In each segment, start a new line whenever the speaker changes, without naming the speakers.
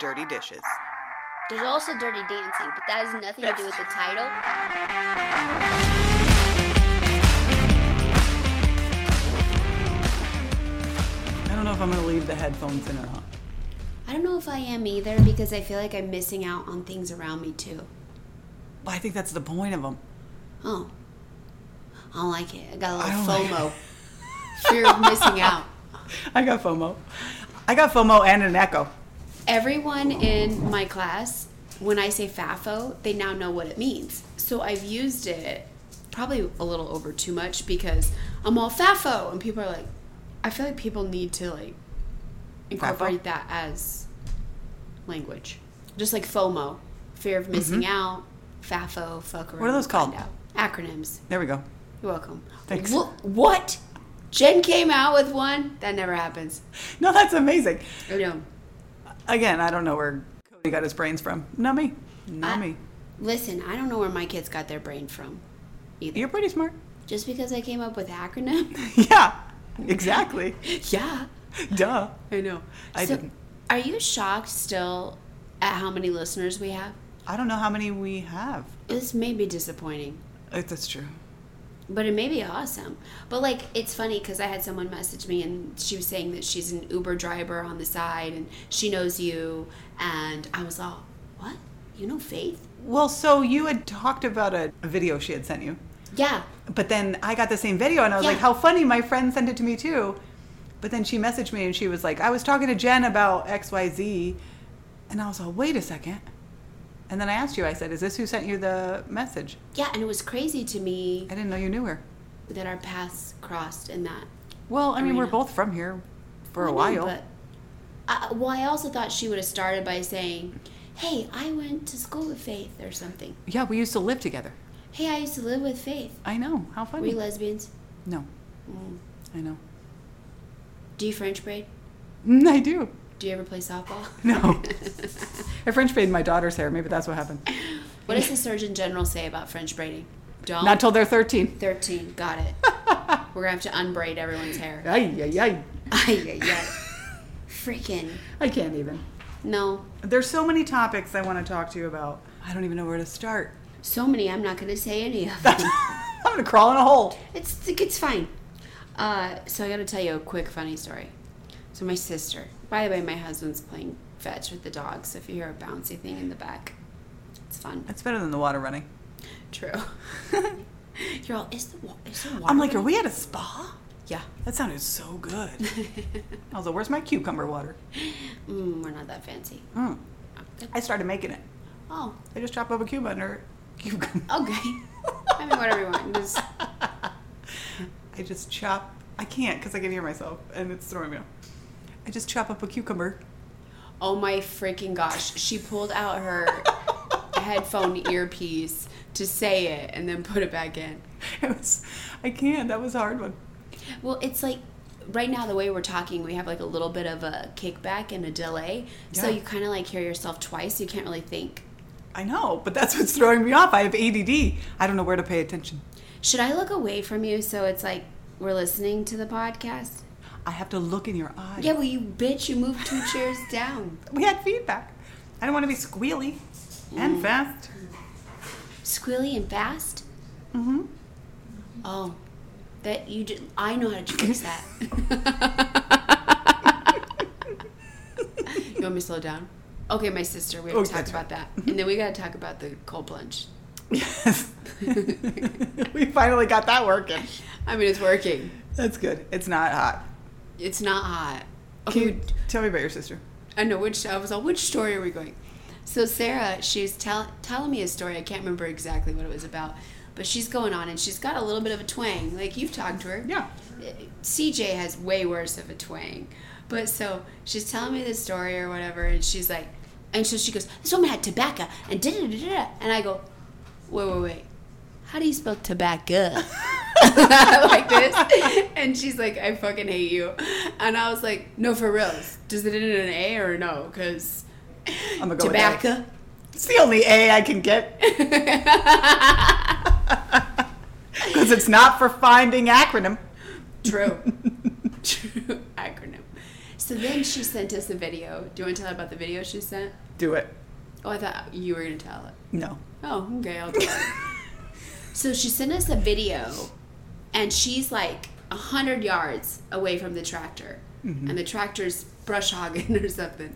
dirty dishes.
There's also Dirty Dancing, but that has nothing to do with the title.
I don't know if I'm gonna leave the headphones in or not.
I don't know if I am either because I feel like I'm missing out on things around me too.
But I think that's the point of them.
Oh. I don't like it. I got a
I
little
don't like
FOMO. Fear of missing out.
I got FOMO. I got FOMO and an echo.
Everyone in my class, when I say FAFO, they now know what it means. So I've used it probably a little over too much because I'm all FAFO and people are like I feel like people need to like incorporate that as language. Just like FOMO, fear of missing out, FAFO, fuck around.
Mm-hmm. are those
find
called?
out. Acronyms.
There we go.
You're welcome.
Thanks.
Wh- what? Jen came out with one? That never happens.
No, that's amazing.
I know.
Again, I don't know where Cody got his brains from. Not me. Not
Ah.
I-
me.
Listen, I don't know where my kids got their brain from either.
You're pretty smart.
Just because I came up with acronym?
yeah, exactly.
yeah.
Duh.
I know.
I didn't.
Are you shocked still at how many listeners we have?
I don't know how many we have.
This may be disappointing.
Uh, That's true.
But it may be awesome. But like, it's funny because I had someone message me and she was saying that she's an Uber driver on the side and she knows you. And I was all, what? You know Faith?
Well, so you had talked about a a video she had sent you,
Yeah.
but then I got the same video and I was
Yeah.
like, how funny, my friend sent it to me too. But then she messaged me and she was like, I was talking to Jen about XYZ. And I was like, wait a second. And then I asked you, I said, is this who sent you the message?
Yeah. And it was crazy to me
I didn't know you knew her.
that our paths crossed in that.
Well, I mean, we're
Arena.
both from here for a
I know,
while.
But I, well, I also thought she would have started by saying, hey, I went to school with Faith or something.
yeah, we used to live together.
Hey, I used to live with Faith.
I know. How
Were
funny.
you lesbians?
no,
Mm.
I know.
Do you French braid?
Mm, I do.
Do you ever play softball?
No. I French braided my daughter's hair. Maybe that's what happened.
What does the Surgeon General say about French braiding? Don't.
Not till they're 13.
13. Got it. We're going to have to unbraid everyone's hair.
Ay, ay, ay.
Ay, ay, ay. Freaking.
I can't even.
No.
There's so many topics I want to talk to you about. I don't even know where to start.
So many, I'm not going to say any of them.
I'm going to crawl in a hole.
It's, it's fine. Uh, so I got to tell you a quick funny story. So my sister, by the way, my husband's playing fetch with the dogs. So if you hear a bouncy thing in the back, it's fun.
That's better than the water running.
True. You're all, is the, wa- is the water?
I'm like, are we at a spa?
yeah.
That sounded so good. I was like, where's my cucumber water?
Mm, we're not that fancy.
Mm. I started making it.
Oh,
I just chop up a cube under cucumber.
okay.
Oh.
I mean, whatever you want. Just
I just chop. I can't because I can hear myself and it's throwing me off. I just chop up a cucumber.
Oh my freaking gosh. She pulled out her headphone earpiece to say it and then put it back in.
It was, I can't. That was a hard one.
Well, it's like right now, the way we're talking, we have like a little bit of a kickback and a delay. So
Yeah.
you kind of like hear yourself twice. You can't really think.
I know, but that's what's throwing me off. I have ADD. I don't know where to pay attention.
Should I look away from you so it's like we're listening to the podcast?
I have to look in your eyes.
Yeah, well, you bitch, you moved two chairs down.
We had feedback. I don't want to be squealy and fast.
Squealy and fast?
Mm-hmm.
Oh, that you do. I know how to fix that. you want me to slow down? Okay, my sister, we have
Oh,
to talk
gotcha.
about that. And then we got to talk about the cold plunge.
Yes. we finally got that working.
I mean, it's working.
That's good. It's not hot.
It's not hot.
Can
Okay,
you tell me about your sister?
I know which, I was on which story are we going? So Sarah, she's tell, telling me a story. I can't remember exactly what it was about, but she's going on and she's got a little bit of a twang. Like you've talked to her.
Yeah.
CJ has way worse of a twang. But so she's telling me this story or whatever, and she's like, and so she goes, this woman had tobacco, and da da da da. da." And I go, wait, wait, wait. How do you spell tobacco? like this. And she's like, I fucking hate you. And I was like, no, for reals. Does it end in an A or no? Because
I'm going to go with A.
tobacco.
It's the only A I can get. Because it's not for finding acronym.
True. True acronym. So then she sent us a video. Do you want to tell her about the video she sent?
Do it.
Oh, I thought you were going to tell it.
No.
Oh, okay, I'll tell it. so she sent us a video, and she's like a hundred yards away from the tractor,
Mm-hmm.
and the tractor's brush hogging or something.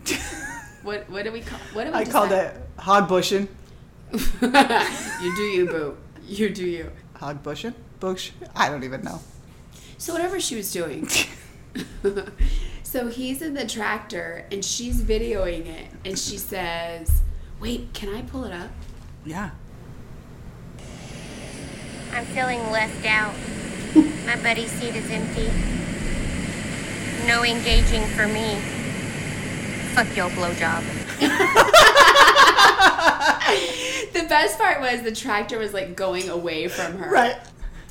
what what do we call? What do we
I called
decide-
it hog bushing.
you do you, boo. You do you.
Hog bushing? Bush? I don't even know.
So whatever she was doing. so he's in the tractor and she's videoing it and she says, "Wait, can I pull it up?"
Yeah.
I'm feeling left out. My buddy's seat is empty. No engaging for me. Fuck your blowjob.
The best part was the tractor was like going away from her.
Right.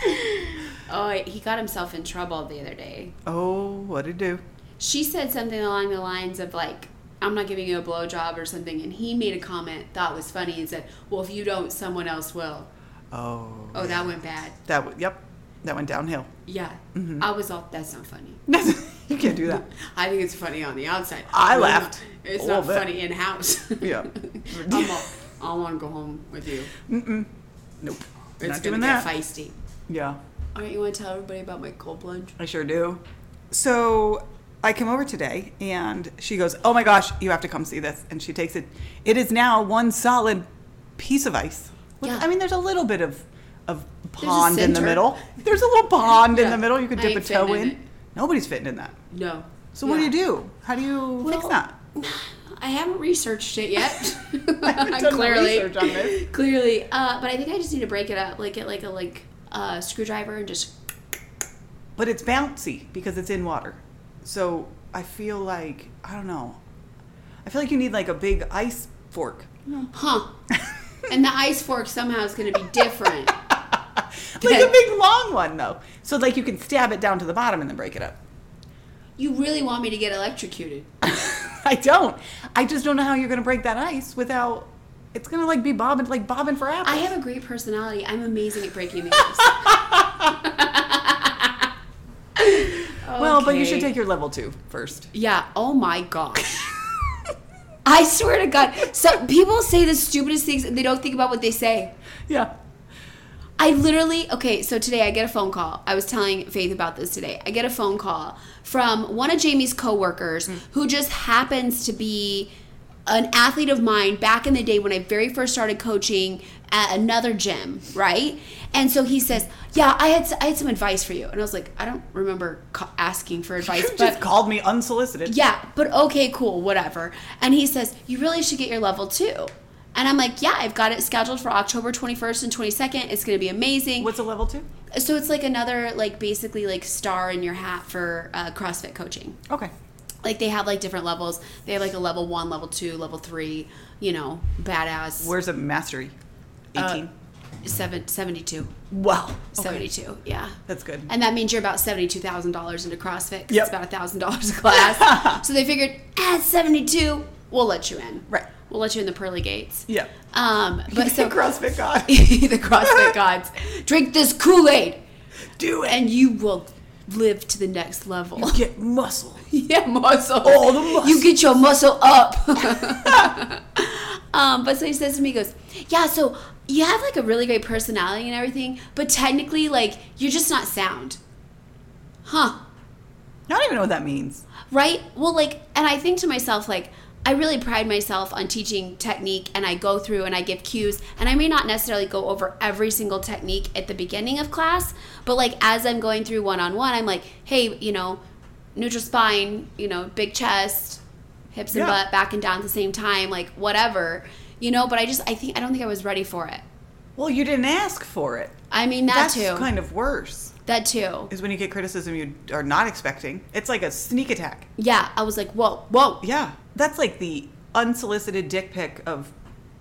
Oh, he got himself in trouble the other day.
Oh, what it do?
She said something along the lines of like, "I'm not giving you a blowjob" or something, and he made a comment thought was funny and said, "Well, if you don't, someone else will."
Oh.
Oh, that went bad.
That w- yep. That went downhill.
Yeah,
Mm-hmm.
I was all. That's not funny.
you can't do that.
I think it's funny on the outside.
I
It's
laughed
not- It's
a
not
little bit.
funny in house.
Yeah.
I'm all, I want to go home with you.
Nope. Not
It's gonna
doing that.
get feisty.
Yeah.
All right, you want to tell everybody about my cold plunge?
I sure do. So I come over today and she goes, Oh my gosh, you have to come see this. And she takes it. It is now one solid piece of ice. With-
Yeah.
I mean, there's a little bit of, of pond in the
center.
middle. There's a little pond in
Yeah.
the middle you could
I
dip a
ain't fitting
toe
in
in.
it.
Nobody's fitting in that.
No.
So what do you do? How do you fix
Well,
that?
I haven't researched it yet.
haven't done my research on this.
Clearly, uh, but I think I just need to break it up, like get like a like uh, screwdriver and just.
But it's bouncy because it's in water. So I feel like, I don't know. I feel like you need like a big ice fork.
Huh. and the ice fork somehow is going to be different.
like a big long one though. So like you can stab it down to the bottom and then break it up.
you really want me to get electrocuted?
I don't. I just don't know how you're gonna break that ice without. It's gonna like be bobbing like bobbing for apples.
I have a great personality. I'm amazing at breaking the ice.
Well, but you should
Okay.
take your level two first.
Yeah. Oh my gosh. I swear to God, some people say the stupidest things and they don't think about what they say.
Yeah.
I literally okay. So today I get a phone call. I was telling Faith about this today. I get a phone call from one of Jamie's coworkers
Mm.
who just happens to be an athlete of mine back in the day when I very first started coaching at another gym, right? And so he says, "Yeah, I had s- I had some advice for you," and I was like, "I don't remember ca- asking for
You
advice,
just
but
called me unsolicited.
yeah, but okay, cool, whatever. And he says, You really should get your level two. And I'm like, Yeah, I've got it scheduled for October 21st and 22nd. It's going to be amazing.
What's a level two?
so it's like another, like, basically, like, star in your hat for uh, CrossFit coaching.
Okay.
Like, they have, like, different levels. They have, like, a level one, level two, level three, you know, badass.
Where's a mastery?
Uh,
Eighteen. Oh,
Seven, 72.
wow. Okay.
72, yeah.
That's good.
And that means you're about $72,000 into CrossFit
Yep.
'cause it's about $1,000 a class. so they figured, at 72, we'll let you in.
Right.
We'll let you in the pearly gates.
yeah.
Um, but so
CrossFit God.
the CrossFit gods drink this Kool Aid
Do it.
and you will live to the next level.
Get muscle.
yeah, muscle.
All the muscle.
You get your muscle up. um, but so he says to me, he goes, Yeah, so you have like a really great personality and everything, but technically, like, you're just not sound. Huh.
I don't even know what that means.
Right? Well, like, and I think to myself, like, I really pride myself on teaching technique and I go through and I give cues. And I may not necessarily go over every single technique at the beginning of class, but like as I'm going through one on one, I'm like, hey, you know, neutral spine, you know, big chest, hips and
Yeah.
butt back and down at the same time, like whatever, you know, but I just, I think, I don't think I was ready for it.
Well, you didn't ask for it.
I mean, that
That's
too.
kind of worse.
that too.
Is when you get criticism you are not expecting. It's like a sneak attack.
Yeah. I was like, whoa, whoa.
Yeah, that's like the unsolicited dick pic of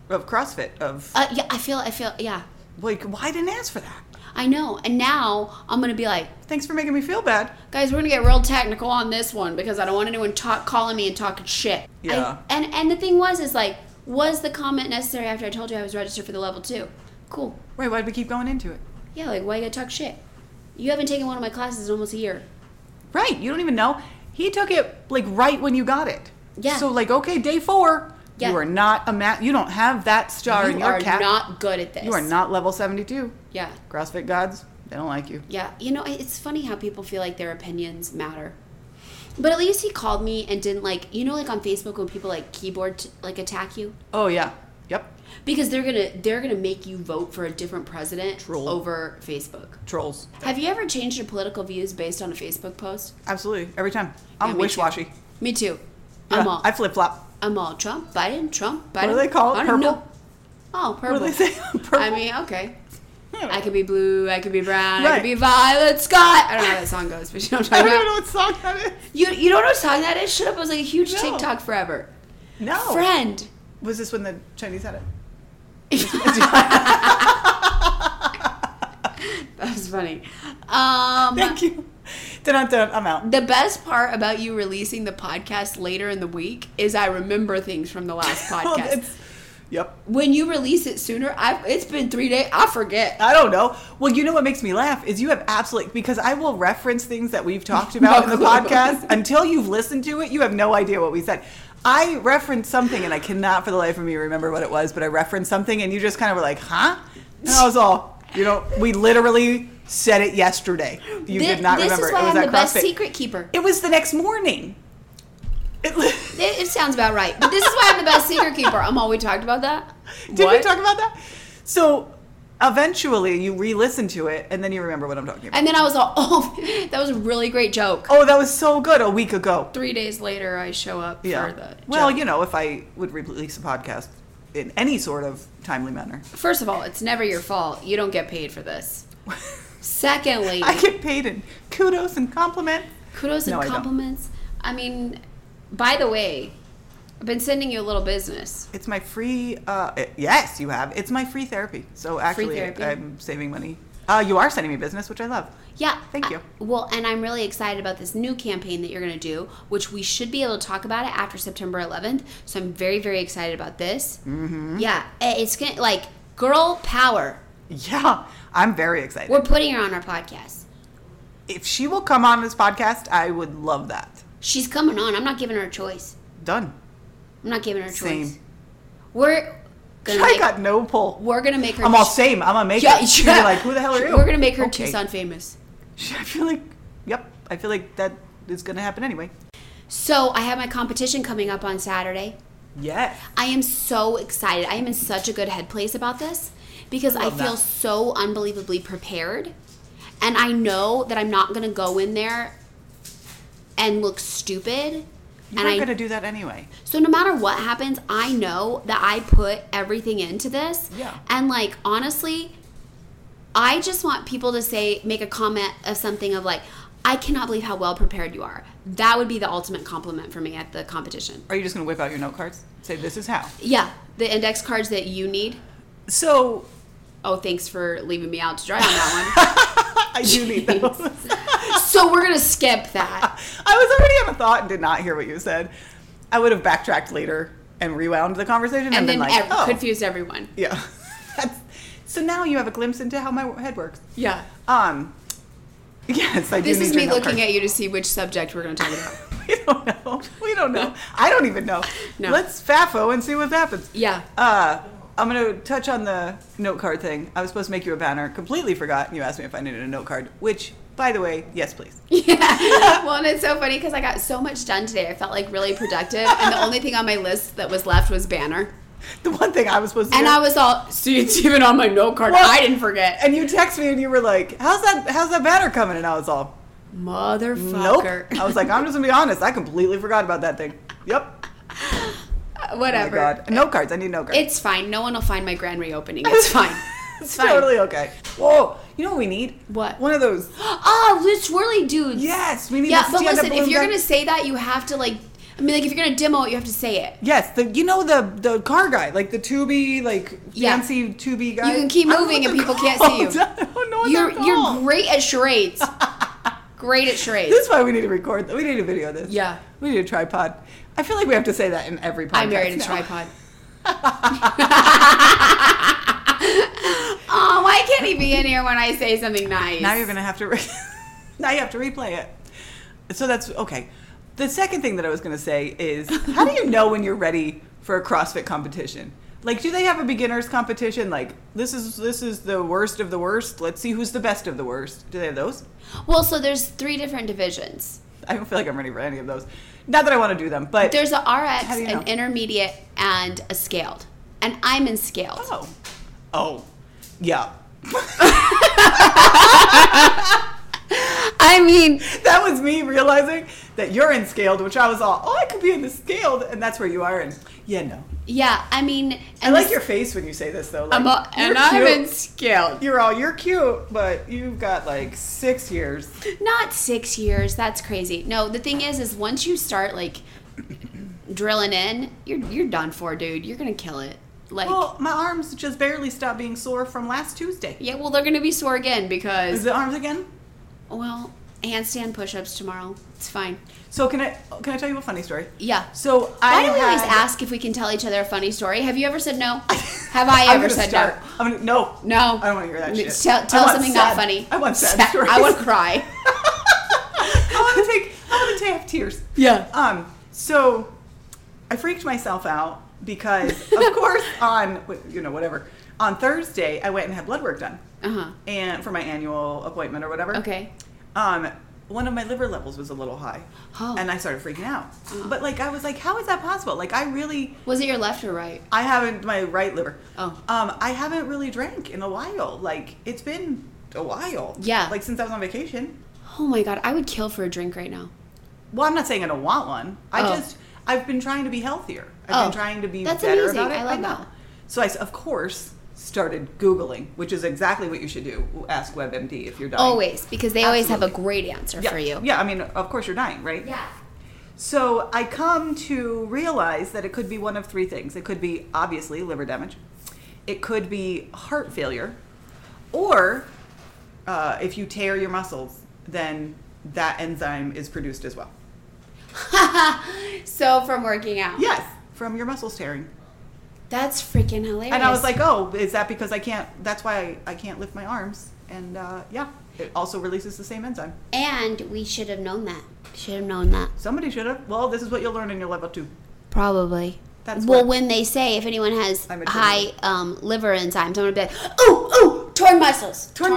of CrossFit. Of
Uh, yeah. I feel, I feel, yeah.
like, why didn't ask for that?
I know. And now I'm going to be like,
Thanks for making me feel bad.
guys, we're gonna get real technical on this one because I don't want anyone talk calling me and talking shit.
Yeah.
I, and and the thing was is like, was the comment necessary after I told you I was registered for the level two? Cool.
Wait, why'd we keep going into it?
Yeah, like why you gotta talk shit? You haven't taken one of my classes in almost a year.
Right, you don't even know. He took it like right when you got it.
Yeah.
So like, okay, day four.
Yeah.
You are not a mat. You don't have that star in
you
your
are
cap.
not good at this.
you are not level seventy-two.
Yeah.
CrossFit gods, they don't like you.
Yeah, you know, it's funny how people feel like their opinions matter. But at least he called me and didn't like, you know, like on Facebook when people like keyboard t- like attack you
Oh yeah. Yep.
because they're gonna they're gonna make you vote for a different president
Troll.
over Facebook.
Trolls.
Have you ever changed your political views based on a Facebook post?
Absolutely. Every time. I'm
Yeah, me
wish-washy.
too. Me too.
Yeah,
I'm all
I flip flop.
I'm all Trump, Biden, Trump, Biden.
do they call it?
I don't
Purple?
know. Oh, purple.
What do they say? Purple?
I mean, okay.
I don't
I
know.
could be blue. I could be brown. I
Right.
could be Violet Scott. I don't know how that song goes, but you know what
I
I'm
don't
talking
even know what song
about.
that is.
You you don't know what song that is? Shut up! It was like a huge
No.
TikTok forever.
No.
Friend.
Was this when the Chinese had it?
That was funny. Um,
Thank you. Dun, dun, I'm out.
The best part about you releasing the podcast later in the week is I remember things from the last
Well,
podcast.
it's- yep.
when you release it sooner, I it's been three days. I forget.
I don't know. Well, you know what makes me laugh is you have absolutely because I will reference things that we've talked about in the podcast until you've listened to it. You have no idea what we said. I referenced something and I cannot for the life of me remember what it was, but I referenced something and you just kind of were like, "Huh?" And I was all, "You know, we literally said it yesterday. You
Thi-
did not
this
remember.
is why
it was
I'm
at
the best
CrossFit.
secret keeper.
It was the next morning. It,
It, it sounds about right. But this is why I'm the best secret keeper. I'm all we talked about that.
did we
What?
talk about that? So eventually, you re-listen to it and then you remember what I'm talking about.
And then I was all, oh, that was a really great joke.
Oh, that was so good a week ago.
Three days later, I show up for the.
well,
joke.
you know, if I would release a podcast in any sort of timely manner,
First of all, it's never your fault. You don't get paid for this. Secondly,
I get paid in kudos and compliment.
kudos
No,
and
I don't.
compliments. I, mean, by the way, I've been sending you a little business.
It's my free. Uh, it- yes, you have. It's my free therapy. So actually,
therapy.
I'm saving money. Uh, you are sending me business, which I love.
Yeah.
Thank
I-
you.
well, and I'm really excited about this new campaign that you're going to do, which we should be able to talk about it after September 11th. So I'm very, very excited about this. Mm-hmm. Yeah. i- It's going to, like, girl power.
Yeah, I'm very excited.
We're putting her on our podcast.
if she will come on this podcast, I would love that.
She's coming on. I'm not giving her a choice.
Done.
I'm not giving her a choice.
Same.
We're gonna
I
make,
got no pull.
we're gonna make her.
I'm all same. I'm gonna make
Yeah,
it. She'd be
yeah.
like, who the hell are you?
We're gonna make her
Okay.
Tucson famous.
I feel like, yep. I feel like that is gonna happen anyway.
So I have my competition coming up on Saturday.
Yes.
I am so excited. I am in such a good head place about this because I,
love
feel
that.
so unbelievably prepared, and I know that I'm not gonna go in there and look stupid.
You
and
are
I
gonna do that anyway.
So no matter what happens, I know that I put everything into this.
Yeah.
And like honestly, I just want people to say make a comment of something of like, I cannot believe how well prepared you are. That would be the ultimate compliment for me at the competition.
Are you just gonna whip out your note cards? Say this is how.
Yeah, the index cards that you need.
So
Oh, thanks for leaving me out to dry on that
I do need those.
one. so we're gonna skip that.
I was already on a thought and did not hear what you said. I would have backtracked later and rewound the conversation and,
And
been
then
like,
ev-
oh,
confuse everyone.
yeah. That's, so now you have a glimpse into how my head works.
Yeah.
Um. Yes, I do.
This
need
is
your
me
note
looking
cards.
at you to see which subject we're gonna talk
We
about.
don't know. We don't know. I don't even know.
No.
Let's faffo and see what happens.
Yeah.
Uh, I'm gonna touch on the note card thing. I was supposed to make you a banner. Completely forgot. and You asked me if I needed a note card, which, by the way, yes, please.
Yeah. Well, and it's so funny because I got so much done today. I felt like really productive, and the only thing on my list that was left was banner.
The one thing I was supposed to.
And
do.
I was all, see, it's even on my note card.
Well-
I didn't forget.
And you text me and you were like, "How's that? How's that banner coming?" And I was all, "Nope."
Motherfucker.
I was like, "I'm just gonna be honest. I completely forgot about that thing." Yep. Oh my
Whatever.
God. Note cards. I need note cards.
It's fine. No one will find my grand reopening. It's fine.
It's
It's fine.
totally okay. Whoa. You know what we need?
What?
One of those.
Oh, the swirly dudes.
Yes, we need.
Yeah,
to
but
stand up
listen, if
balloon
you're
guy.
going to say that, you have to, like, I mean, like, if you're going to demo it, you have to say it.
Yes, the you know the the car guy, like the tubey, like
Yeah.
fancy tubey guy.
You can keep
I don't know
moving
what
and
they're
people can't see
called.
you.
I don't know what
You're,
they're
you're
called.
great at charades. great at charades.
This is why we need to record. We need a video of this.
Yeah.
we need a tripod. I feel like we have to say that in every podcast.
I married a
now.
tripod. oh, why can't he be in here when I say something nice?
Now you're gonna have to. Re- now you have to replay it. So that's okay. The second thing that I was going to say is how do you know when you're ready for a CrossFit competition? Like do they have a beginners competition like this is this is the worst of the worst, let's see who's the best of the worst. Do they have those?
Well, so there's three different divisions.
I don't feel like I'm ready for any of those. Not that I want to do them, but
There's a RX,
How do you know?
an intermediate, and a scaled. And I'm in scaled.
Oh. Oh. Yeah.
I mean,
That was me realizing that you're in scaled, which I was all, oh, I could be in the scaled, and that's where you are. And yeah, no.
yeah, I mean, and
I like
this-
your face when you say this, though. Like,
I'm a-
you're
and I'm
cute.
in scaled.
You're all, you're cute, but you've got like six years.
Not six years. That's crazy. No, the thing is, is once you start like drilling in, you're you're done for, dude. You're gonna kill it. Like,
Well, my arms just barely stopped being sore from last Tuesday.
yeah, well, they're gonna be sore again
Is
because
the arms again?
well, handstand push-ups tomorrow. It's fine.
So can I can I tell you a funny story?
Yeah.
So I
Why do we always
had-
ask if we can tell each other a funny story? Have you ever said no? Have I
I'm
ever
gonna
said
start.
no?
I'm gonna, no.
No.
I don't want to hear that shit.
Tell,
I
tell
want
something
sad-
not funny.
I want sad,
Sad-
stories.
I want to cry.
I want to take. I want to have tears.
Yeah.
Um. So, I freaked myself out because, of course, on you know whatever on Thursday I went and had blood work done,
Uh huh.
and for my annual appointment or whatever.
Okay.
Um. One of my liver levels was a little high,
Oh. Uh-huh.
and I started freaking out. But like I was like, how is that possible? Like I really.
Was it your left or right?
I haven't my right liver.
Oh.
Um, I haven't really drank in a while. Like it's been a while.
Yeah.
Like since I was on vacation.
Oh my god, I would kill for a drink right now.
Well, I'm not saying I don't want one. I
Oh.
just I've been trying to be healthier. I've
Oh.
been trying to be
That's
better
amazing.
about it.
I love
right now.
that.
So I, s- of course, started Googling, which is exactly what you should do. Ask WebMD if you're dying.
Always, because they always have a
Absolutely.
great answer
yeah.
Oh, for you.
Yeah, I mean, of course you're dying, right?
Yeah.
So I come to realize that it could be one of three things. It could be obviously liver damage, it could be heart failure, or uh, if you tear your muscles, then that enzyme is produced as well.
So from working out.
Yes, from your muscles tearing.
That's freaking hilarious.
And I was like, oh, is that because I can't? That's why I, I can't lift my arms. And uh, yeah, it also releases the same enzyme.
and we should have known that. Should have known that.
Somebody should have. Well, this is what you'll learn in your level two.
Probably.
That's
well,
what-
when they say if anyone has
I'm a torn-
high um, liver enzymes, I'm gonna be like, ooh, ooh, torn muscles, torn,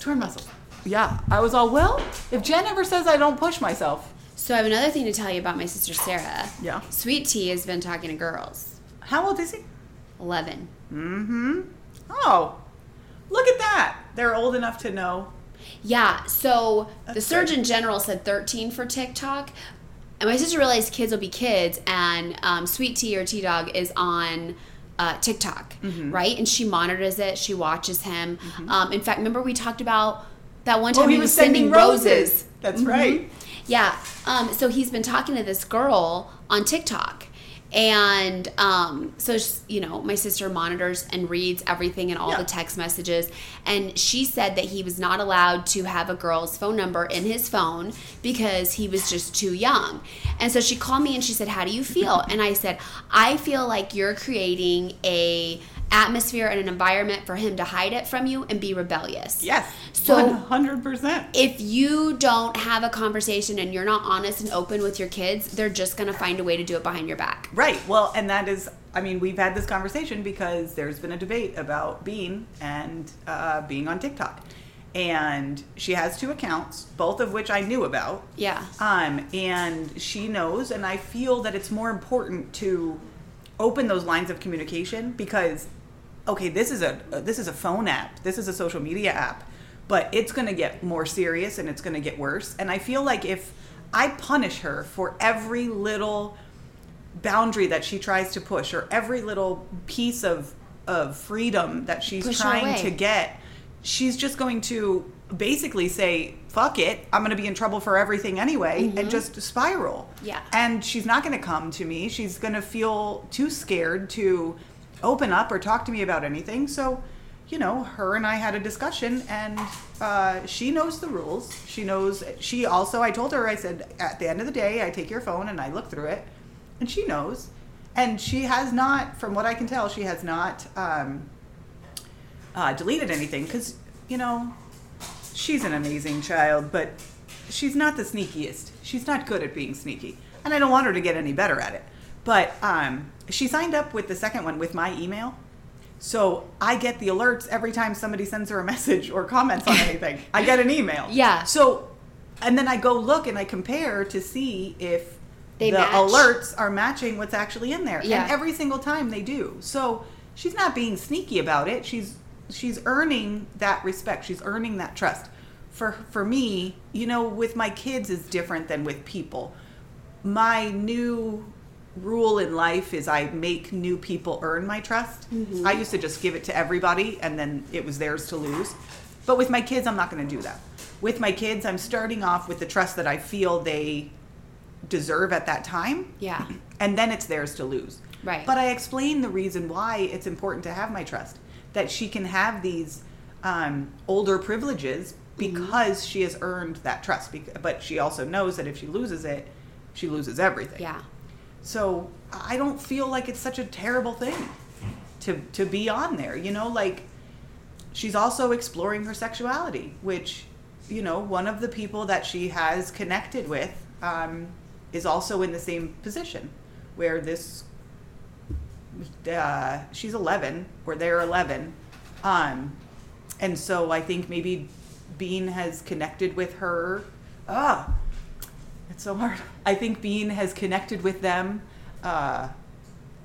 Torn muscles. Yeah, I was all well. If Jen ever says I don't push myself,
So I have another thing to tell you about my sister Sarah.
Yeah.
Sweet Tea has been talking to girls.
How old is he?
Eleven.
Mm-hmm. Oh, look at that. They're old enough to know.
Yeah. So the
That's
Surgeon General said 13 for TikTok. And my sister realized kids will be kids, and um, Sweet Tea or Tea Dog is on uh, TikTok, right? And she monitors it. She watches him. Um, in fact, remember we talked about that one time
Oh,
he, was sending, roses.
That's
Mhm.
right.
Yeah. Um, so he's been talking to this girl on TikTok. And um, so, s- you know, my sister monitors and reads everything and all
Yeah.
the text messages. And she said that he was not allowed to have a girl's phone number in his phone because he was just too young. And so she called me and she said, How do you feel? And I said, I feel like you're creating a atmosphere and an environment for him to hide it from you and be rebellious.
Yes.
So-
one hundred percent.
if you don't have a conversation and you're not honest and open with your kids, they're just going to find a way to do it behind your back.
Right. Well, and that is. I mean, we've had this conversation because there's been a debate about Bean and uh, being on TikTok, and she has two accounts, both of which I knew about.
Yeah.
Um, and she knows, and I feel that it's more important to open those lines of communication because, okay, this is a uh, this is a phone app, this is a social media app, but it's going to get more serious and it's going to get worse. And I feel like if I punish her for every little boundary that she tries to push or every little piece of of freedom that she's
Push her
trying
away.
to get she's just going to basically say fuck it i'm going to be in trouble for everything anyway and just spiral
Yeah.
and she's not going to come to me she's going to feel too scared to open up or talk to me about anything so you know her and i had a discussion and uh, she knows the rules she knows she also i told her i said at the end of the day i take your phone and i look through it and she knows and she has not from what i can tell she has not um, uh, deleted anything because you know she's an amazing child but she's not the sneakiest. She's not good at being sneaky, and I don't want her to get any better at it. But um, she signed up with the second one with my email, so I get the alerts every time somebody sends her a message or comments on anything. I get an email.
Yeah.
So, and then I go look and I compare to see if
They
the
match.
alerts are matching what's actually in there.
Yeah.
And every single time they do. So she's not being sneaky about it. She's she's earning that respect. She's earning that trust. For for me, you know, with my kids is different than with people. My new rule in life is I make new people earn my trust. I used to just give it to everybody and then it was theirs to lose. But with my kids, I'm not going to do that. With my kids, I'm starting off with the trust that I feel they deserve at that time.
Yeah.
And then it's theirs to lose.
Right.
But I explain the reason why it's important to have my trust that she can have these um, older privileges
Mm-hmm.
because she has earned that trust. Bec- But she also knows that if she loses it, she loses everything.
Yeah.
So I don't feel like it's such a terrible thing to to be on there. You know, like she's also exploring her sexuality, which you know one of the people that she has connected with um, is also in the same position, where this uh, she's 11 or they're 11 um, and so i think maybe bean has connected with her ah it's so hard i think bean has connected with them uh,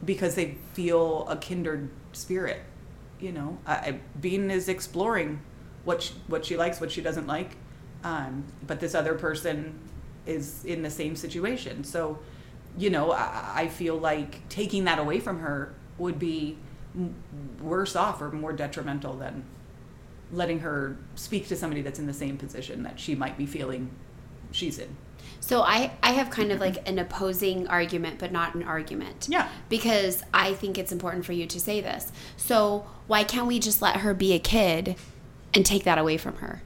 because they feel a kindred spirit you know I, I, bean is exploring what she, what she likes what she doesn't like um, but this other person is in the same situation so you know, I, I feel like taking that away from her would be m- worse off or more detrimental than letting her speak to somebody that's in the same position that she might be feeling she's in.
So I, I have kind of like an opposing argument, but not an argument.
Yeah.
Because I think it's important for you to say this. So why can't we just let her be a kid and take that away from her?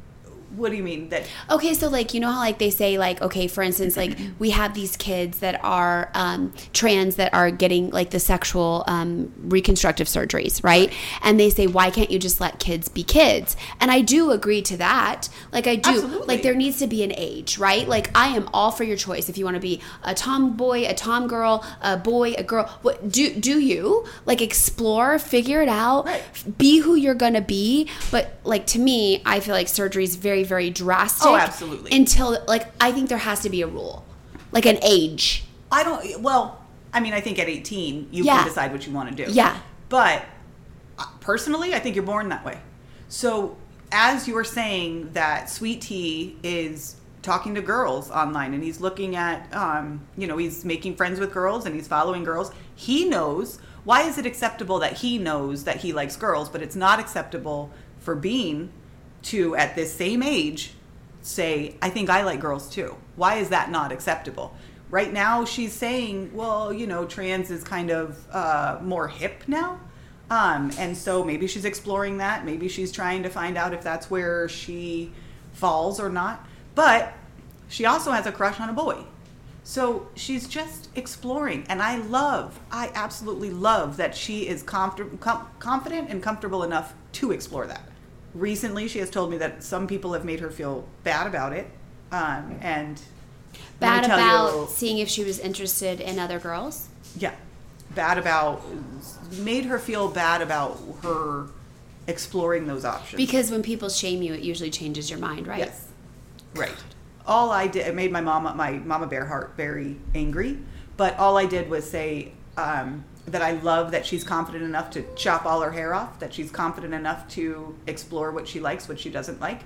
What do you mean that?
Okay, so like you know how like they say like okay, for instance, like
Mm-hmm.
we have these kids that are um, trans that are getting like the sexual um, reconstructive surgeries, right? And they say why can't you just let kids be kids? And I do agree to that. Like I do.
Absolutely.
Like there needs to be an age, right? Like I am all for your choice if you want to be a tomboy, a tomgirl, a boy, a girl. What do do you like explore, figure it out,
Right.
be who you're gonna be? But like to me, I feel like surgery is very very drastic
Oh,
realistic
absolutely.
Until like I think there has to be a rule, like an age.
I don't, well, I mean, I think at 18, you
Yeah.
can decide what you want to do.
Yeah.
But uh, personally, I think you're born that way. So, as you were saying that Sweet Tea is talking to girls online and he's looking at, um, you know, he's making friends with girls and he's following girls, he knows. Why is it acceptable that he knows that he likes girls, but it's not acceptable for Bean to, at this same age, say, I think I like girls too? Why is that not acceptable? Right now, she's saying, well, you know, trans is kind of uh, more hip now. Um, and so maybe she's exploring that. Maybe she's trying to find out if that's where she falls or not. But she also has a crush on a boy. So she's just exploring. And I love, I absolutely love that she is comfort- com- confident and comfortable enough to explore that. Recently, she has told me that some people have made her feel bad about it. Um, and let me
Bad
tell
about
you-
seeing if she was interested in other girls.
yeah bad about made her feel bad about her exploring those options
Because when people shame you, it usually changes your mind, right?
yes right all i did it made my mama my mama bear heart very angry but all i did was say um, that i love that she's confident enough to chop all her hair off that she's confident enough to explore what she likes what she doesn't like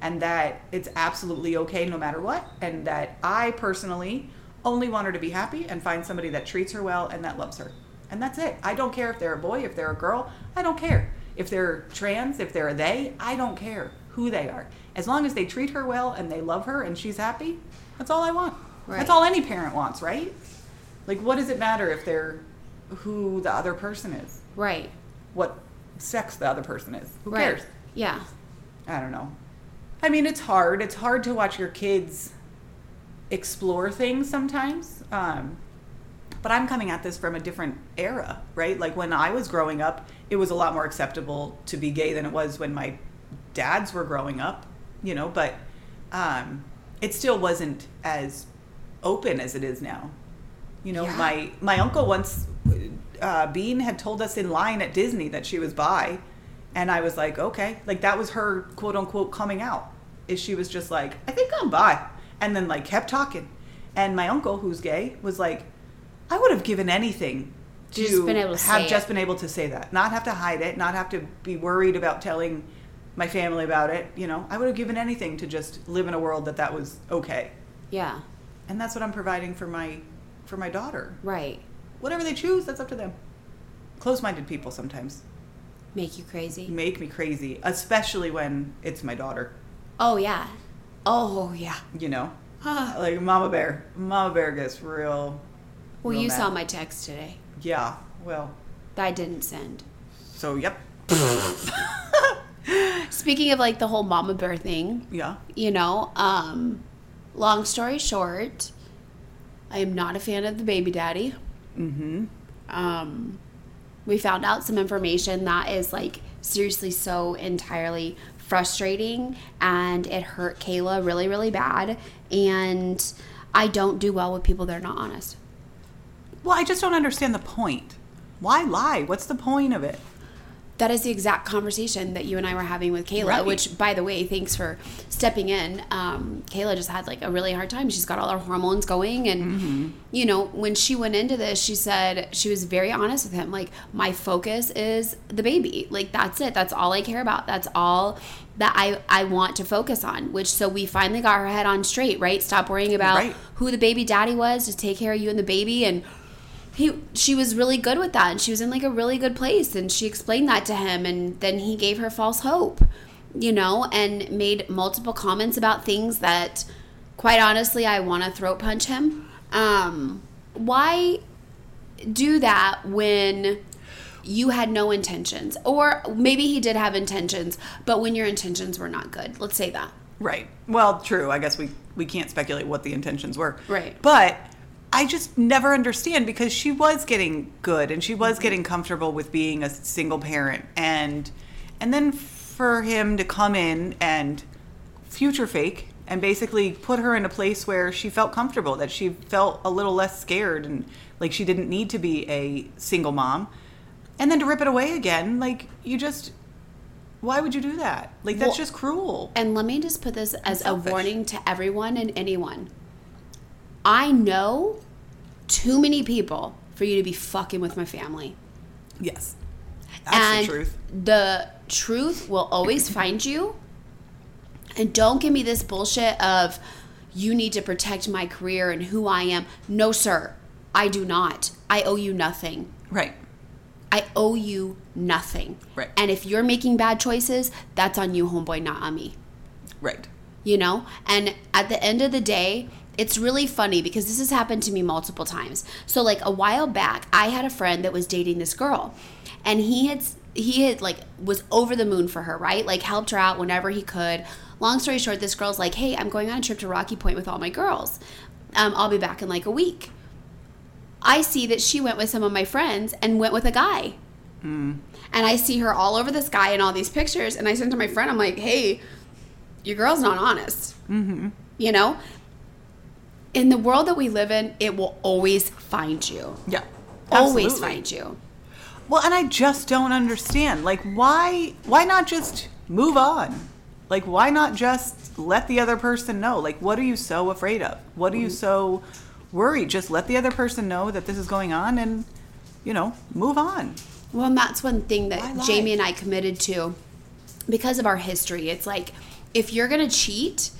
and that it's absolutely okay no matter what and that i personally only want her to be happy and find somebody that treats her well and that loves her and that's it i don't care if they're a boy if they're a girl i don't care if they're trans if they're a they i don't care who they are as long as they treat her well and they love her and she's happy that's all i want
Right.
that's all any parent wants right like what does it matter if they're who the other person is
Right.
what sex the other person is who
right.
cares
Yeah.
I don't know. I mean, it's hard. It's hard to watch your kids explore things sometimes. Um, but I'm coming at this from a different era, right? Like when I was growing up, it was a lot more acceptable to be gay than it was when my dads were growing up, you know, but um, it still wasn't as open as it is now. You know,
Yeah.
my my uncle once uh, Bean had told us in line at Disney that she was bi, and I was like, okay, like that was her quote unquote coming out. Is she was just like, I think I'm bi, and then like kept talking, and my uncle who's gay was like, I would have given anything to
Just been able to
have
say
just
it.
been able to say that, not have to hide it, not have to be worried about telling my family about it. You know, I would have given anything to just live in a world that that was okay
Yeah.
and that's what i'm providing for my for my daughter
Right.
whatever they choose that's up to them close-minded people sometimes
Make you crazy.
make me crazy especially when it's my daughter
Oh yeah. Oh yeah.
you know
Ah.
like mama bear mama bear gets real
Well,
real
you
mad.
saw my text today
yeah well
that I didn't send.
so yep
Speaking of like the whole mama bear thing,
yeah
you know, um, long story short, I am not a fan of the baby daddy.
mm-hmm
um, we found out some information that is like seriously so entirely frustrating and it hurt Kayla really, really bad. And I don't do well with people that are not honest.
well i just don't understand the point why lie what's the point of it
That is the exact conversation that you and I were having with Kayla,
Right.
which, by the way, thanks for stepping in. Um, Kayla just had like a really hard time. She's got all her hormones going. And, you know, when she went into this, she said she was very honest with him. Like, my focus is the baby. Like, that's it. That's all I care about. That's all that I, I want to focus on. Which, so we finally got her head on straight, right? Stop worrying about
Right.
who the baby daddy was. Just take care of you and the baby. And, he she was really good with that and she was in like a really good place and she explained that to him and then he gave her false hope you know and made multiple comments about things that quite honestly i want to throat punch him um why do that when you had no intentions or maybe he did have intentions but when your intentions were not good let's say that
Right. Well, true. I guess we we can't speculate what the intentions were.
Right.
But I just never understand because she was getting good and she
Mm-hmm.
was getting comfortable with being a single parent and and then for him to come in and future fake and basically put her in a place where she felt comfortable that she felt a little less scared and like she didn't need to be a single mom and then to rip it away again like you just why would you do that like that's
Well-
just cruel
And let me just put this as a
selfish.
warning to everyone and anyone. I know too many people for you to be fucking with my family.
Yes. That's
and
the truth.
The truth will always find you. And don't give me this bullshit of you need to protect my career and who I am. No, sir. I do not. I owe you nothing.
Right.
I owe you nothing.
Right.
And if you're making bad choices, that's on you, homeboy, not on me.
Right.
you know? And at the end of the day, it's really funny because this has happened to me multiple times. So like a while back, I had a friend that was dating this girl and he had he had like was over the moon for her, right? Like helped her out whenever he could. Long story short, this girl's like, "Hey, I'm going on a trip to Rocky Point with all my girls. Um, I'll be back in like a week." I see that she went with some of my friends and went with a guy and I see her all over this guy in all these pictures. And I said to my friend, I'm like, hey, your girl's not honest. Mm-hmm. You know? In the world that we live in, it will always find you.
Yeah.
Always
Absolutely.
find you.
Well, and I just don't understand. Like why why not just move on? Like why not just let the other person know? Like what are you so afraid of? What are you so worried? Just let the other person know that this is going on and you know, move on.
Well, and that's one thing
Why
that
lie?
Jamie and I committed to because of our history. It's like if you're going to cheat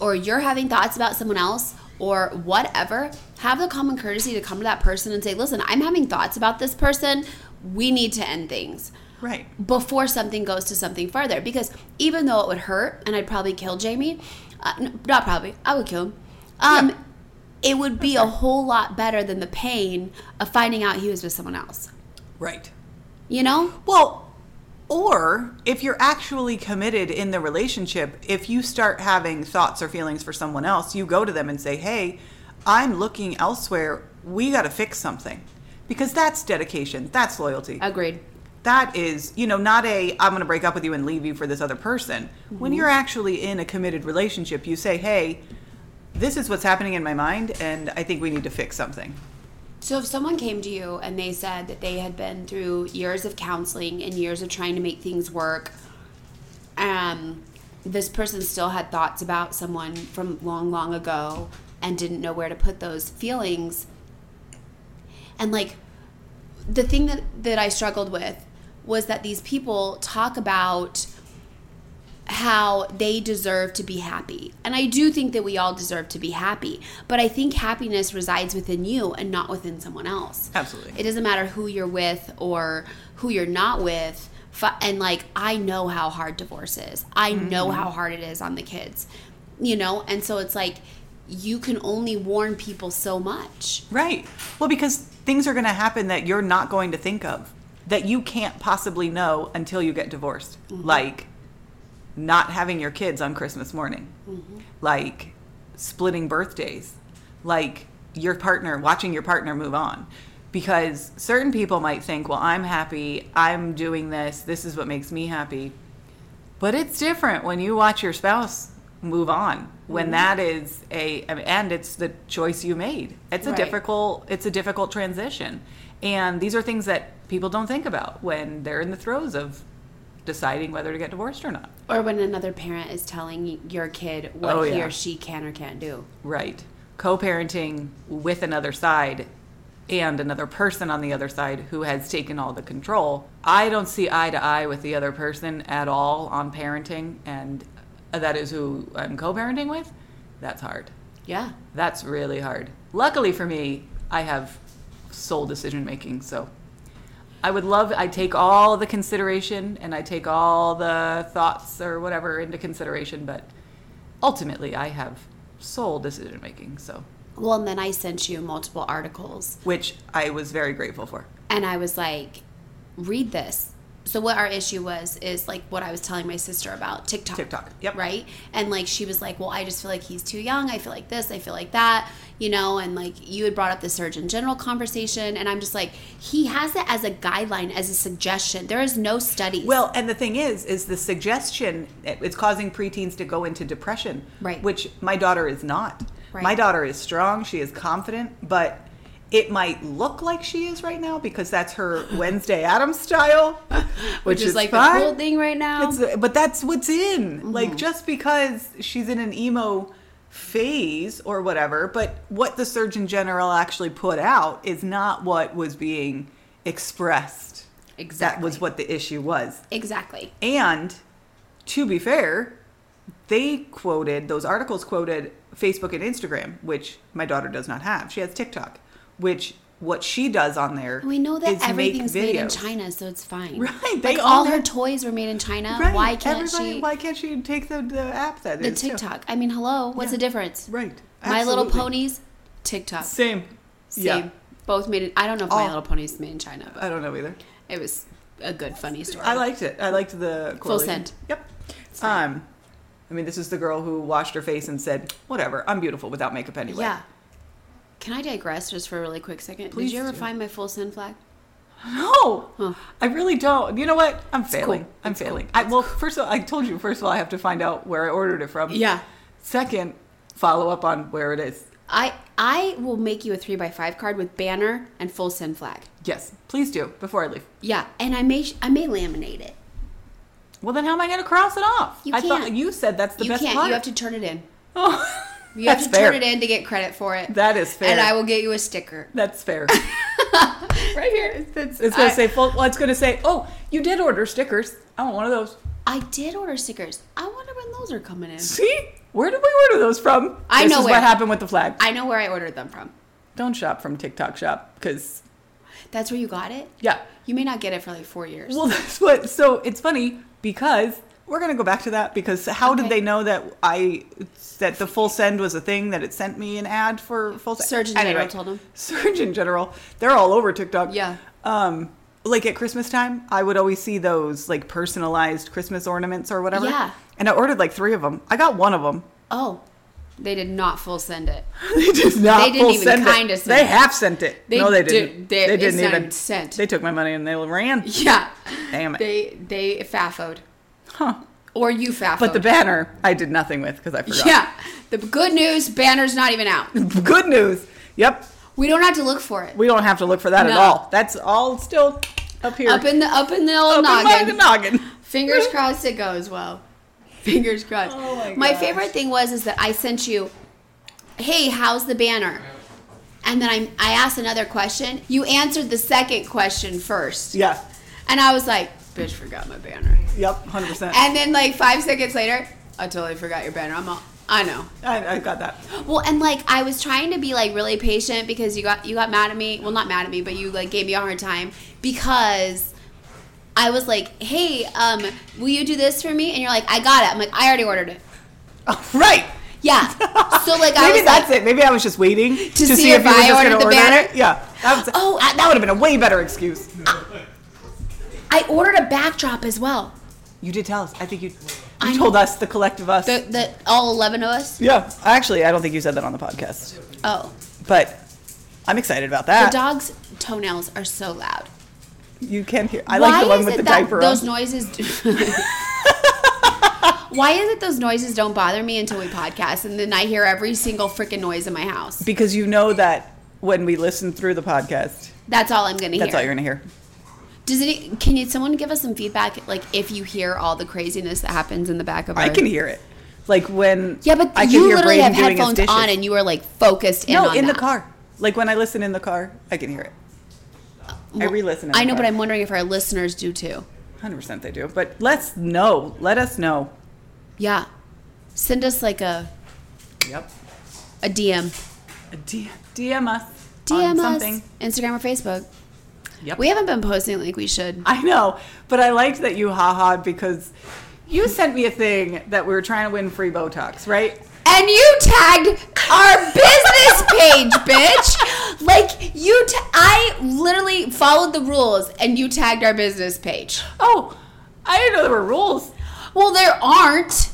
or you're having thoughts about someone else or whatever, have the common courtesy to come to that person and say, listen, I'm having thoughts about this person. We need to end things.
Right.
before something goes to something further. Because even though it would hurt, and I'd probably kill Jamie, uh, n- not probably, I would kill him. Um, It would be a whole lot better than the pain of finding out he was with someone else.
Right.
You know?
Well, or if you're actually committed in the relationship, if you start having thoughts or feelings for someone else, you go to them and say, "Hey, I'm looking elsewhere. We got to fix something." Because that's dedication. That's loyalty.
Agreed.
That is, you know, not a I'm going to break up with you and leave you for this other person. When you're actually in a committed relationship, you say, "Hey, this is what's happening in my mind, and I think we need to fix something.
So if someone came to you and they said that they had been through years of counseling and years of trying to make things work, um, this person still had thoughts about someone from long, long ago and didn't know where to put those feelings. And like the thing that, that I struggled with was that these people talk about how they deserve to be happy. And I do think that we all deserve to be happy, but I think happiness resides within you and not within someone else.
Absolutely.
It doesn't matter who you're with or who you're not with. Fu- And like, I know how hard divorce is, I know how hard it is on the kids, you know? And so it's like, you can only warn people so much.
Right. Well, because things are going to happen that you're not going to think of, that you can't possibly know until you get divorced. Like not having your kids on Christmas morning, like splitting birthdays, like your partner, watching your partner move on. Because certain people might think, well, I'm happy, I'm doing this, this is what makes me happy. But it's different when you watch your spouse move on. When that is a and it's the choice you made. It's a
Right.
difficult it's a difficult transition. And these are things that people don't think about when they're in the throes of deciding whether to get divorced or not.
Or when another parent is telling y- your kid what
Oh,
he
yeah.
or she can or can't do.
Right. Co-parenting with another side and another person on the other side who has taken all the control. I don't see eye to eye with the other person at all on parenting and that is who I'm co-parenting with. That's hard.
Yeah.
That's really hard. Luckily for me, I have sole decision making, so I would love I take all the consideration and I take all the thoughts or whatever into consideration, but ultimately I have sole decision making, so
Well, and then I sent you multiple articles
which I was very grateful for.
and I was like, read this. So what our issue was is like what I was telling my sister about TikTok.
TikTok, yep.
Right? And like she was like, Well, I just feel like he's too young. I feel like this, I feel like that, you know, and like you had brought up the Surgeon General conversation and I'm just like, he has it as a guideline, as a suggestion. There is no studies.
Well, and the thing is, is the suggestion it's causing preteens to go into depression,
Right.
Which my daughter is not.
Right.
My daughter is strong. She is confident, but it might look like she is right now because that's her Wednesday Adams style, which,
which, is, like
fine.
the cool thing right now. Mm-hmm.
It's- but that's what's in. Like just because she's in an emo phase or whatever, but what the Surgeon General actually put out is not what was being expressed. That
Exactly.
was what the issue was.
exactly.
And to be fair, they quoted those articles quoted Facebook and Instagram, which my daughter does not have. She has TikTok, which what she does on there.
We know that
is make
everything's made in
videos.
China, so it's fine.
Right, they
Like all
all
her
have-
toys were made in China.
Right.
Why can't
Everybody,
she
Why can't she take the, the app that
the
is, too?
TikTok? I mean, hello, what's the difference?
Right.
My Little
Absolutely.
Ponies, TikTok. Same.
Same. Yeah.
Both made it. I don't know if My
All-
Little Ponies is made in China, but
I don't know either.
it was a good funny story.
I liked it. I liked the correlation.
send.
Yep. Um, I mean, this is the girl who washed her face and said, "Whatever, I'm beautiful without makeup anyway."
Yeah. Can I digress just for a really quick second?
Please
Did you ever
do.
find my full sin flag?
No,
Huh.
I really don't. You know what? I'm failing.
cool.
I'm
It's
failing.
cool.
I, well, first of all, I told you. First of all, I have to find out where I ordered it from.
Yeah.
Second, follow up on where it is.
I I will make you a three by five card with banner and full sin flag.
Yes, please do before I leave.
Yeah, and I may I may laminate it.
Well, then how am I going to cross it off?
You
I thought
can't.
you said that's the
you
best
can't.
part.
You have to turn it in.
Oh,
You have
that's
to
fair.
turn it in to get credit for it.
That is fair.
And I will get you a sticker.
That's fair.
Right here.
it's it's going to say full. Well, it's going to say, "Oh, you did order stickers. I want one of those."
I did order stickers. I wonder when those are coming in.
See, where did we order those from?
I
this
know
is
where.
what happened with the flag.
I know where I ordered them from.
Don't shop from TikTok shop because
That's where you got it?
yeah,
You may not get it for like four years.
Well, that's what. So it's funny because we're gonna go back to that because how did
Okay.
they know that I that the full send was a thing that it sent me an ad for full send?
Surgeon General told 'em.
Surgeon General, they're all over TikTok.
Yeah.
Um, like at Christmas time, I would always see those like personalized Christmas ornaments or whatever.
Yeah.
And I ordered like three of them. I got one of them.
oh, they did not full send it.
They did not.
They didn't
full
even
send it.
kinda send
They
it.
half sent it.
They
no, they
did-
didn't.
they-
they
it's
didn't
not
even
even sent.
They took my money and they ran.
Yeah.
Damn it.
They they faffed.
Huh.
Or you faffo.
But the banner, I did nothing with because I forgot.
yeah, the good news banner's not even out.
Good news. Yep.
We don't have to look for it.
We don't have to look for that at
No.
all. That's all still up here.
Up in the up in the old
Up in my
noggin.
noggin.
Fingers crossed it goes well. Fingers crossed.
Oh my gosh.
favorite thing was is that I sent you, "Hey, how's the banner?" And then I I asked another question. You answered the second question first.
Yeah.
And I was like, "Bitch, forgot my banner."
Yep. 100%.
And then like 5 seconds later, I totally forgot your banner. I'm all, I know.
I, I got that.
Well, and like I was trying to be like really patient because you got you got mad at me. Well, not mad at me, but you like gave me a hard time because I was like, "Hey, um, will you do this for me?" And you're like, "I got it." I'm like, "I already ordered it."
Oh, right.
Yeah. So like I
Maybe
was
that's
like,
it. Maybe I was just waiting to,
see if I
gonna
ordered the banner.
it. Yeah. That was,
Oh,
that, that would have been a way better excuse.
I ordered a backdrop as well.
You did tell us. I think you, you
I-
told us, the collective us.
The the all eleven of us.
yeah. Actually, I don't think you said that on the podcast.
Oh,
But I'm excited about
the
that.
dog's toenails are so loud.
you can hear. I like the one with the
that
diaper
Those
on.
noises. Why is it those noises don't bother me until we podcast, and then I hear every single freaking noise in my house?
Because you know that when we listen through the podcast,
That's all I'm gonna hear.
that's all you're going to hear.
Does it? Can you someone give us some feedback? Like if you hear all the craziness that happens in the back of our.
I can hear it. Like when.
Yeah, but
I can
you
hear
literally
Braden
have
doing his
headphones
dishes.
on, and you are like focused in.
No,
on
in the
that.
car. Like when I listen in the car, I can hear it. I re-listen. In
I know, but I'm wondering if our listeners do too.
hundred percent they do. But let's know. Let us know.
Yeah, send us like a
Yep.
a DM,
D- DM us.
DM
on
us,
something.
Instagram or Facebook.
Yep.
We haven't been posting like we should.
I know, but I liked that you haha because you sent me a thing that we were trying to win free Botox, right?
And you tagged our business page, bitch. Like you, t- I literally followed the rules, and you tagged our business page.
Oh, I didn't know there were rules.
Well, there aren't.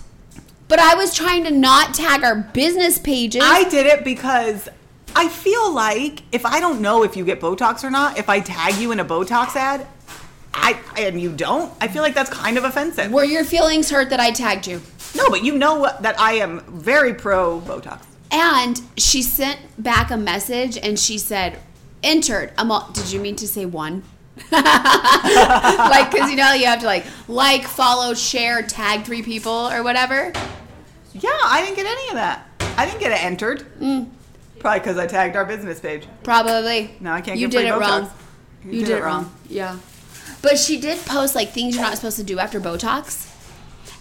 But I was trying to not tag our business pages.
I did it because I feel like if I don't know if you get Botox or not, if I tag you in a Botox ad, I and you don't, I feel like that's kind of offensive.
Were your feelings hurt that I tagged you?
No, but you know what- that I am very pro Botox.
And she sent back a message, and she said, "Entered." I'm all, Did you mean to say one? like, because you know you have to like like, follow, share, tag three people or whatever.
Yeah, I didn't get any of that. I didn't get it entered.
Mm.
Probably because I tagged our business page.
Probably.
No, I can't
You
get
did
free
it
Botox.
wrong. You, did, it wrong. Yeah. But she did post like things you're not supposed to do after Botox.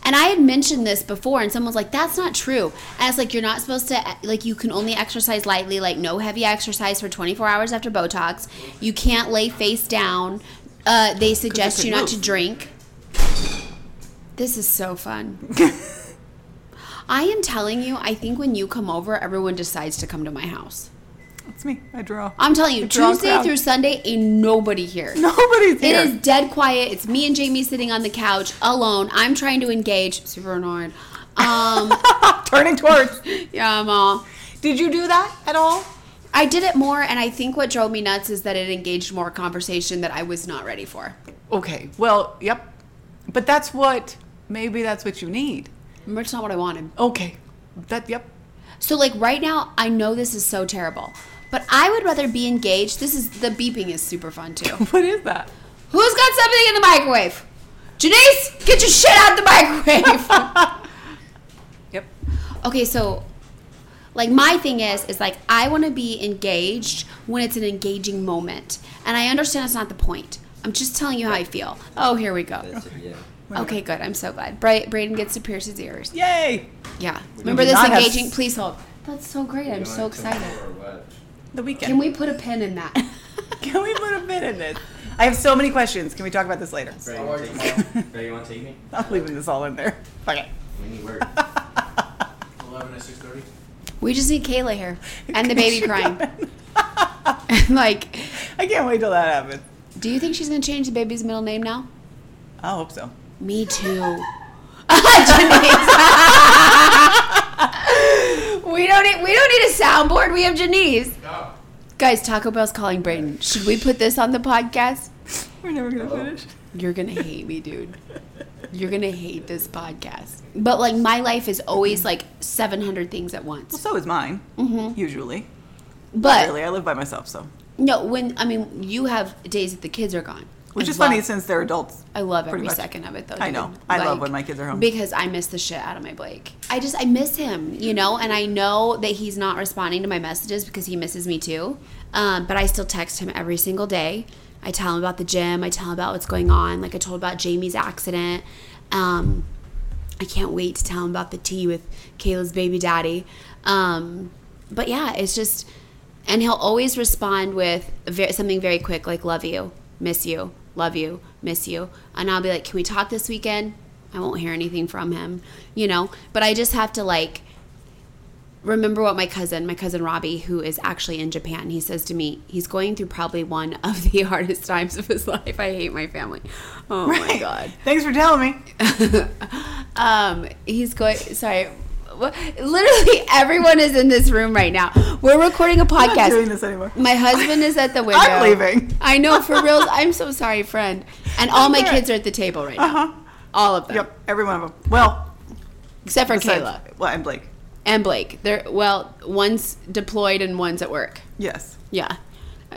And I had mentioned this before, and someone was like, "That's not true." And it's like you're not supposed to like you can only exercise lightly, like no heavy exercise for 24 hours after Botox. You can't lay face down. Uh, they suggest
could
you not to
move.
drink. This is so fun. I am telling you, I think when you come over, everyone decides to come to my house.
It's me. I draw.
I'm telling you,
It's all
Tuesday
crowd.
through Sunday, ain't nobody here.
Nobody's
It
here.
is dead quiet. It's me and Jamie sitting on the couch alone. I'm trying to engage. Super annoyed. Um,
Turning towards.
yeah, I'm all.
Did you do that at all?
I did it more, and I think what drove me nuts is that it engaged more conversation that I was not ready for.
Okay. Well, yep. But that's what. Maybe that's what you need.
Remember, It's not what I wanted.
Okay. That. Yep.
So, like right now, I know this is so terrible, but I would rather be engaged. This is the beeping is super fun too.
What is that?
Who's got something in the microwave? Janice, get your shit out the microwave.
Yep.
okay so like my thing is is like i want to be engaged when it's an engaging moment and i understand that's not the point i'm just telling you how i feel oh here we go
Yeah.
okay good i'm so glad Bra- braden gets to pierce his ears
Yay!
yeah remember
do
this
not have
engaging
s-
please hold that's so great i'm so excited
The weekend.
can we put a pin in that
Can we put a pin in this? I have so many questions. Can we talk about this later?
Ray, you wanna take me? Ray, you want to take me?
I'm leaving this all in there. Okay.
We need work.
11 at 6.30?
we just need kayla here and the baby crying and like
I can't wait till that happens.
do you think she's gonna change the baby's middle name now
I hope so.
Me too. Janice. we don't need we don't need a soundboard. We have Janice.
No.
Guys, Taco Bell's calling Brayden. Should we put this on the podcast?
We're never gonna finish.
You're gonna hate me, dude. You're gonna hate this podcast. But like my life is always like 700 things at
Well,
once.
so is mine. Usually.
Mm-hmm. But
Really, I live by myself, so.
no, when I mean you have days that the kids are gone,
Which
I
is funny
love-
since they're adults.
I love
pretty
every
much.
second of it though.
I
dude.
know. I love when my kids are home.
because I miss the shit out of my Blake. I just I miss him, you know, and I know that he's not responding to my messages because he misses me too. Um, but I still text him every single day. I tell him about the gym. I tell him about what's going on. Like I told about Jamie's accident. Um, I can't wait to tell him about the tea with Kayla's baby daddy. Um, but yeah, it's just, and he'll always respond with ve- something very quick, like "love you," "miss you," "love you," "miss you," and I'll be like, "Can we talk this weekend?" I won't hear anything from him, you know. But I just have to like remember what my cousin, my cousin Robbie, who is actually in Japan, he says to me, he's going through probably one of the hardest times of his life. I hate my family. Oh my god
Thanks for telling me.
um, he's going. Sorry, Wha- literally everyone is in this room right now. We're recording a
I'm not doing
podcast.
this anymore.
My husband is at the window.
leaving.
I know for real. I'm so sorry, friend. And all my
all right.
kids are at the table right
Uh
now.
huh.
All of them,
Yep. Every one of them. Well,
except for
besides-
Kayla
Well, and Blake.
and Blake. They're well, one's deployed and one's at work.
Yes.
Yeah,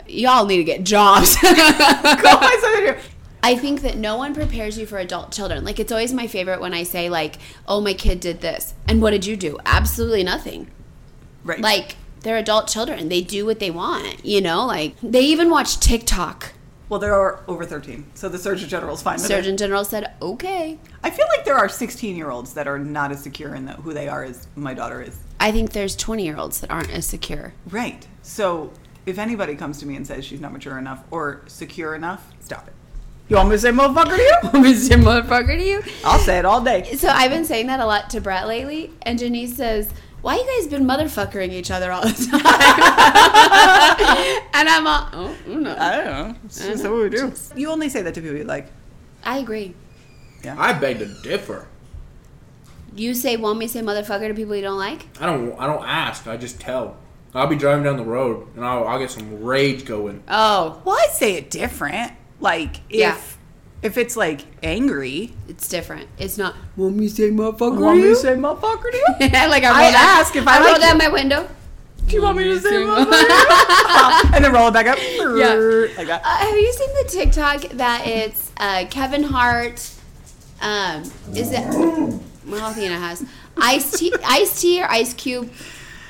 y'all need to get jobs.
Go find something to do.
I think that no one prepares you for adult children. Like it's always my favorite when I say like, "Oh, my kid did this." And what did you do? Absolutely nothing.
Right.
Like they're adult children. They do what they want, you know? Like they even watch TikTok.
Well, there are over 13, so the Surgeon General's fine with it.
Surgeon General said, "Okay."
I feel like there are 16 year olds that are not as secure in the, who they are as my daughter is.
I think there's 20-year-olds that aren't as secure.
Right. So if anybody comes to me and says she's not mature enough or secure enough, stop it. You want me to say motherfucker to you?
Mr. Motherfucker to you.
I'll say it all day.
So I've been saying that a lot to Brett lately, and Janice says, "Why you guys been motherfuckering each other all the time?" and I'm all, "Oh, no."
I don't know. It's just what we do. You only say that to people you like.
I agree.
I beg to differ.
You say want me to say motherfucker to people you don't like?
I don't. I don't ask. I just tell. I'll be driving down the road and I'll, I'll get some rage going.
Oh,
Well, I say it different. Like if
Yeah.
if it's like angry,
it's different. It's not want me to say motherfucker
want me
to
to
you?
say motherfucker to you?
like I, rolled
I
out-
ask if I like
rolled
you.
out my window.
Do you want me to say
say
motherfucker? to you? and then roll it back up.
Yeah.
Like that.
Uh, have you seen the TikTok that it's uh, Kevin Hart? Um, is it? Well, Athena has Ice T, Ice T or Ice Cube.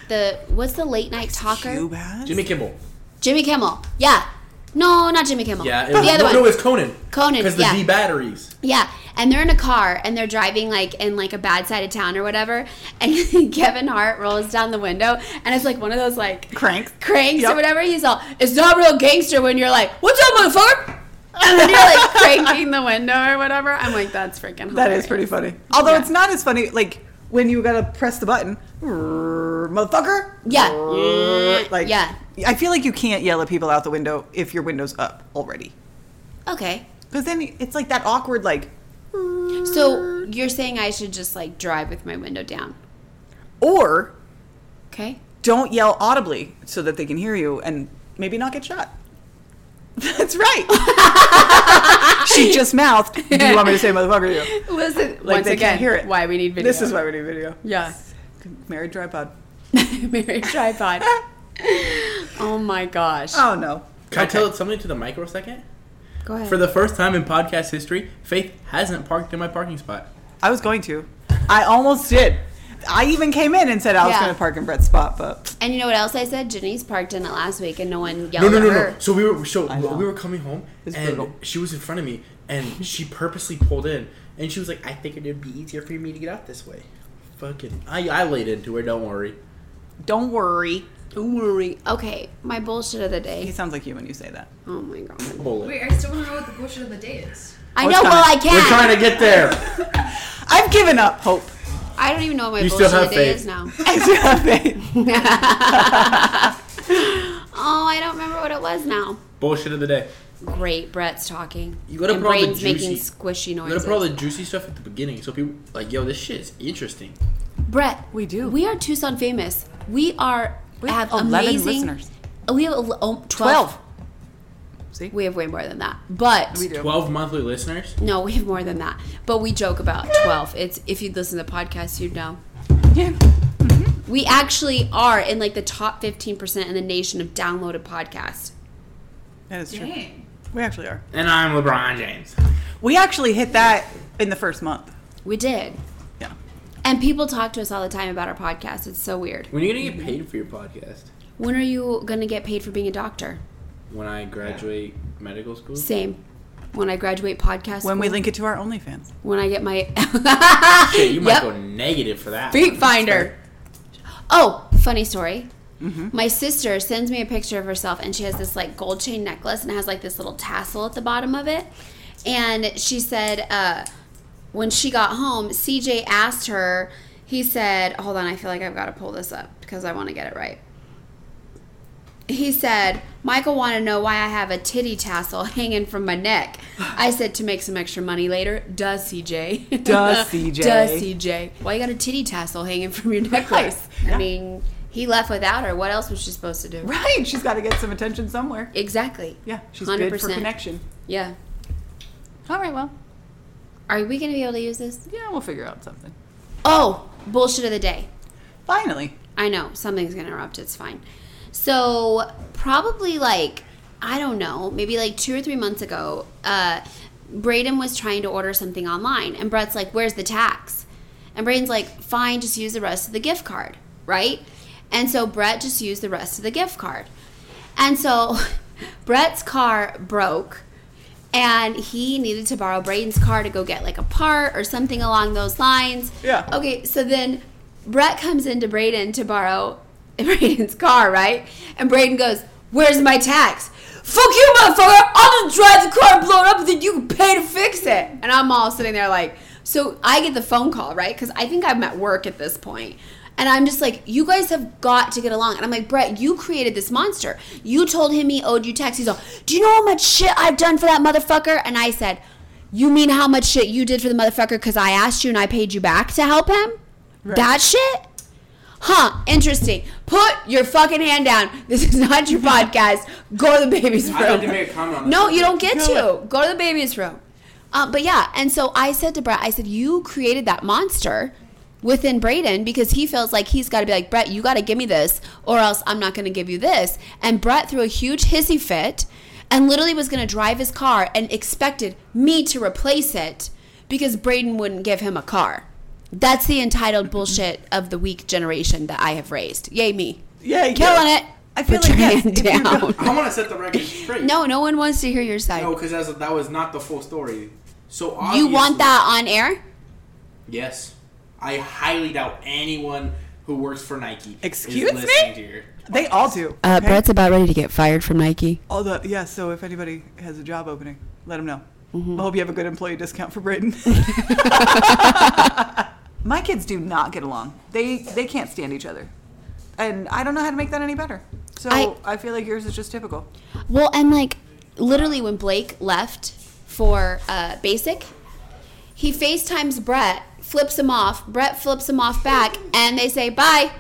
The what's the late night talker?
You bad?
Jimmy Kimmel.
Jimmy Kimmel. Yeah. No, not Jimmy Kimmel.
Yeah. It
Oh, the
was,
other
no,
one.
no, it's Conan.
Conan,
Because the
yeah.
D batteries.
Yeah, and they're in a car and they're driving like in like a bad side of town or whatever. And Kevin Hart rolls down the window and it's like one of those like
Cranks.
cranks or
Yep.
whatever. He's all, it's not real gangster when you're like, what's up, motherfucker? And then you're like cranking the window or whatever. I'm like, that's freaking.
That is
hilarious."
pretty funny. Although
Yeah.
it's not as funny, like when you gotta press the button, "Rrr, motherfucker.
Yeah.
Rrr, Like
Yeah.
I feel like you can't yell at people out the window if your window's up already,
Okay,
because then it's like that awkward like,
so you're saying I should just like drive with my window down?
or
Okay.
don't yell audibly so that they can hear you and maybe not get shot. That's right. she just mouthed. Do you want me to say motherfucker to you?
Listen,
Like
once
they
again,
can't hear it.
why we need video.
This is why we do video.
Yeah.
Married tripod.
Married tripod. oh my gosh.
Oh no.
Can I tell something to the microsecond?
Go ahead.
For the first time in podcast history, Faith hasn't parked in my parking spot.
I was going to. I almost did. I even came in and said I was
Yeah.
going to park in Brett's spot, but
And you know what else I said? Janice parked in it last week, and no one
No,
yelled
no, no,
at her.
no. So we were so
know.
we were coming home,
It's
and
brutal.
she was in front of me, and she purposely pulled in, and she was like, "I think it'd be easier for me to get out this way." Fucking, I I laid into her. Don't worry.
don't worry.
Don't worry. Okay, my bullshit of the
He
day.
sounds like you when you say that.
Oh my god.
Bullet.
Wait, I still don't know what the bullshit of the day is.
I
What's
know. Well, I
coming?
can.
We're trying to get there.
I've given up hope.
I don't even know what my
You
bullshit
still
of the
have
day
faith.
is now.
I still have faith.
Oh, I don't remember what it was now.
Bullshit of the day.
Great, Brett's talking.
You gotta
and
put all the
brains making
juicy-
squishy
We're gonna
noises.
put all the juicy stuff at the beginning, so people like, "Yo, this shit is interesting."
Brett,
We do.
We are Tucson famous. We are. We
have
have
11
amazing
listeners.
We have ele- oh, 12.
Twelve. See?
oh, We have way more than that. But
We do.
Twelve monthly listeners.
no, we have more than that. But we joke about 12. It's if you'd listen to the podcast, you'd know.
Yeah.
We actually are in like the top 15% in the nation of downloaded podcasts.
That is true.
Dang.
We actually are.
And I'm LeBron James.
We actually hit that in the first month.
We did.
Yeah.
And people talk to us all the time about our podcast. It's so weird.
When are you gonna get paid for your podcast?
When are you going to get paid for being a doctor?
When I graduate medical school.
Same. When I graduate podcast.
When we
school.
link it to our OnlyFans.
When I get my.
Shit, you might
Yep.
go negative for that.
Street
one.
Finder. Oh, funny story. My sister sends me a picture of herself, and she has this like gold chain necklace, and it has like this little tassel at the bottom of it. And she said, uh, when she got home, CJ asked her. He said, "Hold on, I feel like I've got to pull this up because I want to get it right." He said, "Michael want to know why I have a titty tassel hanging from my neck." I said, "To make some extra money later." Duh, CJ.
Duh, CJ.
Duh, CJ. Jay, why you got a titty tassel hanging from your necklace? I
Yeah.
mean, he left without her. What else was she supposed to do?
Right. She's got to get some attention somewhere.
Exactly.
Yeah. She's good for
100%.
connection.
Yeah.
All right. Well,
Are we going to be able to use this?
yeah, we'll figure out something.
Oh, bullshit of the day.
Finally.
I know something's gonna erupt. It's fine. So probably like I don't know, maybe like two or three months ago, uh, Braden was trying to order something online, and Brett's like, "Where's the tax?" And Braden's like, "Fine, just use the rest of the gift card, right?" And so Brett just used the rest of the gift card, and so Brett's car broke. And he needed to borrow Braden's car to go get like a part or something along those lines.
Yeah.
Okay, Okay, so then Brett comes into Braden to borrow Braden's car, right? And Braden goes, Where's my tax? Fuck you, motherfucker! I'll just drive the car blown up and then you can pay to fix it. And I'm all sitting there like, so I get the phone call, right? Because I think I'm at work at this point. And I'm just like, you guys have got to get along. And I'm like, Brett, you created this monster. You told him he owed you tax. He's all, do you know how much shit I've done for that motherfucker? And I said, you mean how much shit you did for the motherfucker because I asked you and I paid you back to help him? That shit? Huh, interesting. Put your fucking hand down. This is not your podcast. Go to the baby's room.
I had to make a comment on
No,
this.
you don't get
Go
to. Go to the baby's room. Uh, but yeah, and so I said to Brett, I said, you created that monster within Braden because he feels like he's got to be like, Brett, you got to give me this or else I'm not going to give you this. And Brett threw a huge hissy fit and literally was going to drive his car and expected me to replace it because Braden wouldn't give him a car. That's the
Mm-hmm.
entitled bullshit of the weak generation that I have raised. Yay me.
Yeah. you
Killing
did.
it.
I feel
Put
like
your
yes,
hand
if you-
down.
I want to set the record straight.
No, no one wants to hear your side.
No, because that's that was not the full story. So
You
obviously,
want that on air?
Yes, I highly doubt anyone who works for Nike. is
Excuse me?
listening to your-
They all do.
Uh,
okay?
about ready to get fired from Nike.
All the yeah. So if anybody has a job opening, let them know.
Mm-hmm.
I hope you have a good employee discount for Braden. My kids do not get along. They they can't stand each other, and I don't know how to make that any better. So
I-
I, feel like yours is just typical.
Well, and like literally when Blake left for uh, basic, he FaceTimes Brett, flips him off. Brett flips him off back, and they say bye.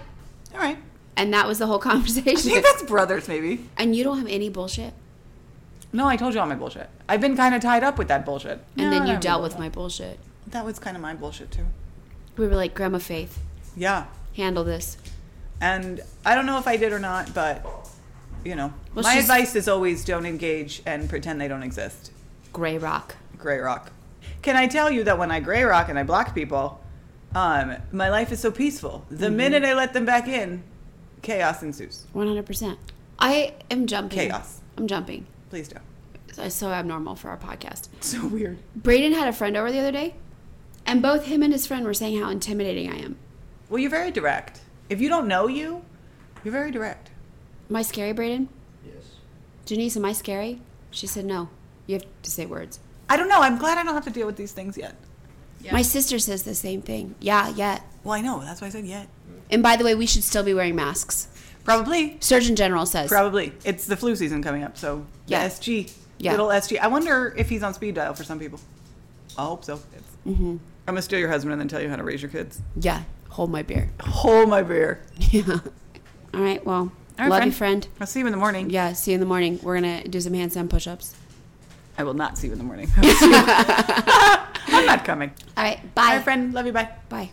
All right,
And that was the whole
I
conversation.
think that's brothers maybe.
and you don't have any bullshit.
No, I told you all my bullshit. I've been kind of tied up with that bullshit.
And then you dealt with my bullshit.
That was kind of my bullshit too.
We were like, Grandma Faith,
Yeah,
handle this.
and I don't know if I did or not, but you know,
Well,
my
she's-
advice is always don't engage and pretend they don't exist.
Gray Rock.
Grey Rock. Can I tell you that when I Grey Rock and I block people, um, my life is so peaceful. The minute I let them back in, chaos ensues.
100%. I am jumping.
Chaos.
I'm jumping.
Please don't.
It's so abnormal for our podcast.
So weird.
Braden had a friend over the other day, and both him and his friend were saying how intimidating I am.
Well, you're very direct. If you don't know you, you're very direct.
Am I scary, Braden?
Yes.
Janice, am I scary? She said, No. You have to say words.
I don't know. I'm glad I don't have to deal with these things yet.
Yeah.
My sister says the same thing. Yeah, yeah.
Well, I know. That's why I said yet.
And by the way, we should still be wearing masks.
Probably.
Surgeon General says.
Probably. It's the flu season coming up, so the
Yeah.
SG.
Yeah.
Little SG. I wonder if he's on speed dial for some people. I hope so. Mm-hmm. I'm gonna steal your husband and then tell you how to raise your kids.
yeah. Hold my beer.
Hold my beer.
Yeah. All right,
All
well,
right,
Love
friend.
you, friend.
I'll see you in the morning.
Yeah, see you in the morning. We're gonna do some handstand push-ups.
I will not see you in the morning. I'm not coming.
All right,
All
bye,
right, friend. Love you. Bye.
Bye.